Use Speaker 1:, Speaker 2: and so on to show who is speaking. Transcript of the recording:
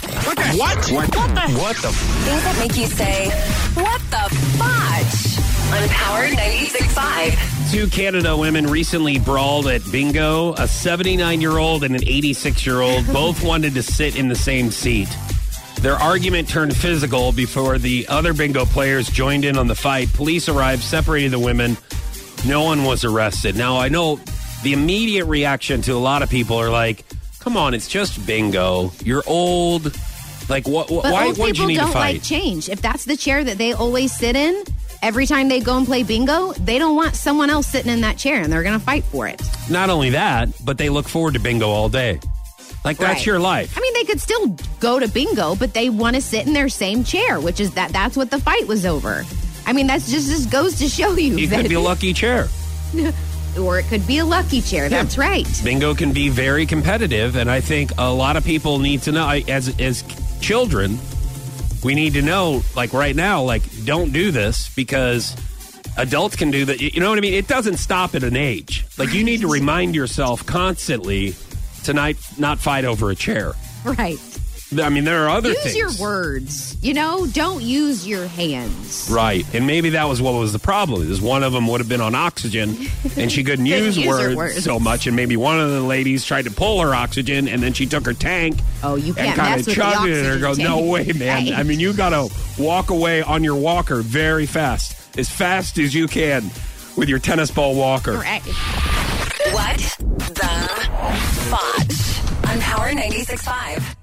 Speaker 1: What? What? What the? What the? F-
Speaker 2: Things that make you say, what the fudge? On Power 96.5.
Speaker 1: Two Canada women recently brawled at bingo. A 79 year old and an 86 year old both wanted to sit in the same seat. Their argument turned physical before the other bingo players joined in on the fight. Police arrived, separated the women. No one was arrested. Now, I know the immediate reaction to a lot of people are like, come on, it's just bingo. You're old. Like, what?
Speaker 3: But
Speaker 1: why
Speaker 3: old
Speaker 1: would you
Speaker 3: people
Speaker 1: need to
Speaker 3: don't
Speaker 1: fight?
Speaker 3: like change. If that's the chair that they always sit in, every time they go and play bingo, they don't want someone else sitting in that chair and they're going to fight for it.
Speaker 1: Not only that, but they look forward to bingo all day. Like that's
Speaker 3: Right.
Speaker 1: your life.
Speaker 3: I mean, they could still go to bingo, but they want to sit in their same chair, which is that that's what the fight was over. I mean, that's just just goes to show you,
Speaker 1: You
Speaker 3: that
Speaker 1: could be a lucky chair.
Speaker 3: or it could be a lucky chair. That's right.
Speaker 1: Bingo can be very competitive, and I think a lot of people need to know. I- As as children, we need to know, like right now, like don't do this because adults can do that. You you know what I mean? It doesn't stop at an age. Like you need to remind yourself constantly to not, not fight over a chair.
Speaker 3: Right.
Speaker 1: I mean, there are other
Speaker 3: Use
Speaker 1: things.
Speaker 3: your words. You know, don't use your hands.
Speaker 1: Right. And maybe that was what was the problem is one of them would have been on oxygen and she
Speaker 3: Couldn't
Speaker 1: couldn't use,
Speaker 3: use her
Speaker 1: words,
Speaker 3: words.
Speaker 1: so much. And maybe one of the ladies tried to pull her oxygen and then she took her tank.
Speaker 3: Oh, you
Speaker 1: And
Speaker 3: can't
Speaker 1: kind
Speaker 3: mess
Speaker 1: of
Speaker 3: with the
Speaker 1: chugged it and
Speaker 3: oxygen
Speaker 1: go, no
Speaker 3: tank."
Speaker 1: way, man.
Speaker 3: Right.
Speaker 1: I mean, you got to walk away on your walker very fast, as fast as you can with your tennis ball walker.
Speaker 3: Right.
Speaker 2: What the fudge? On Power 96.5.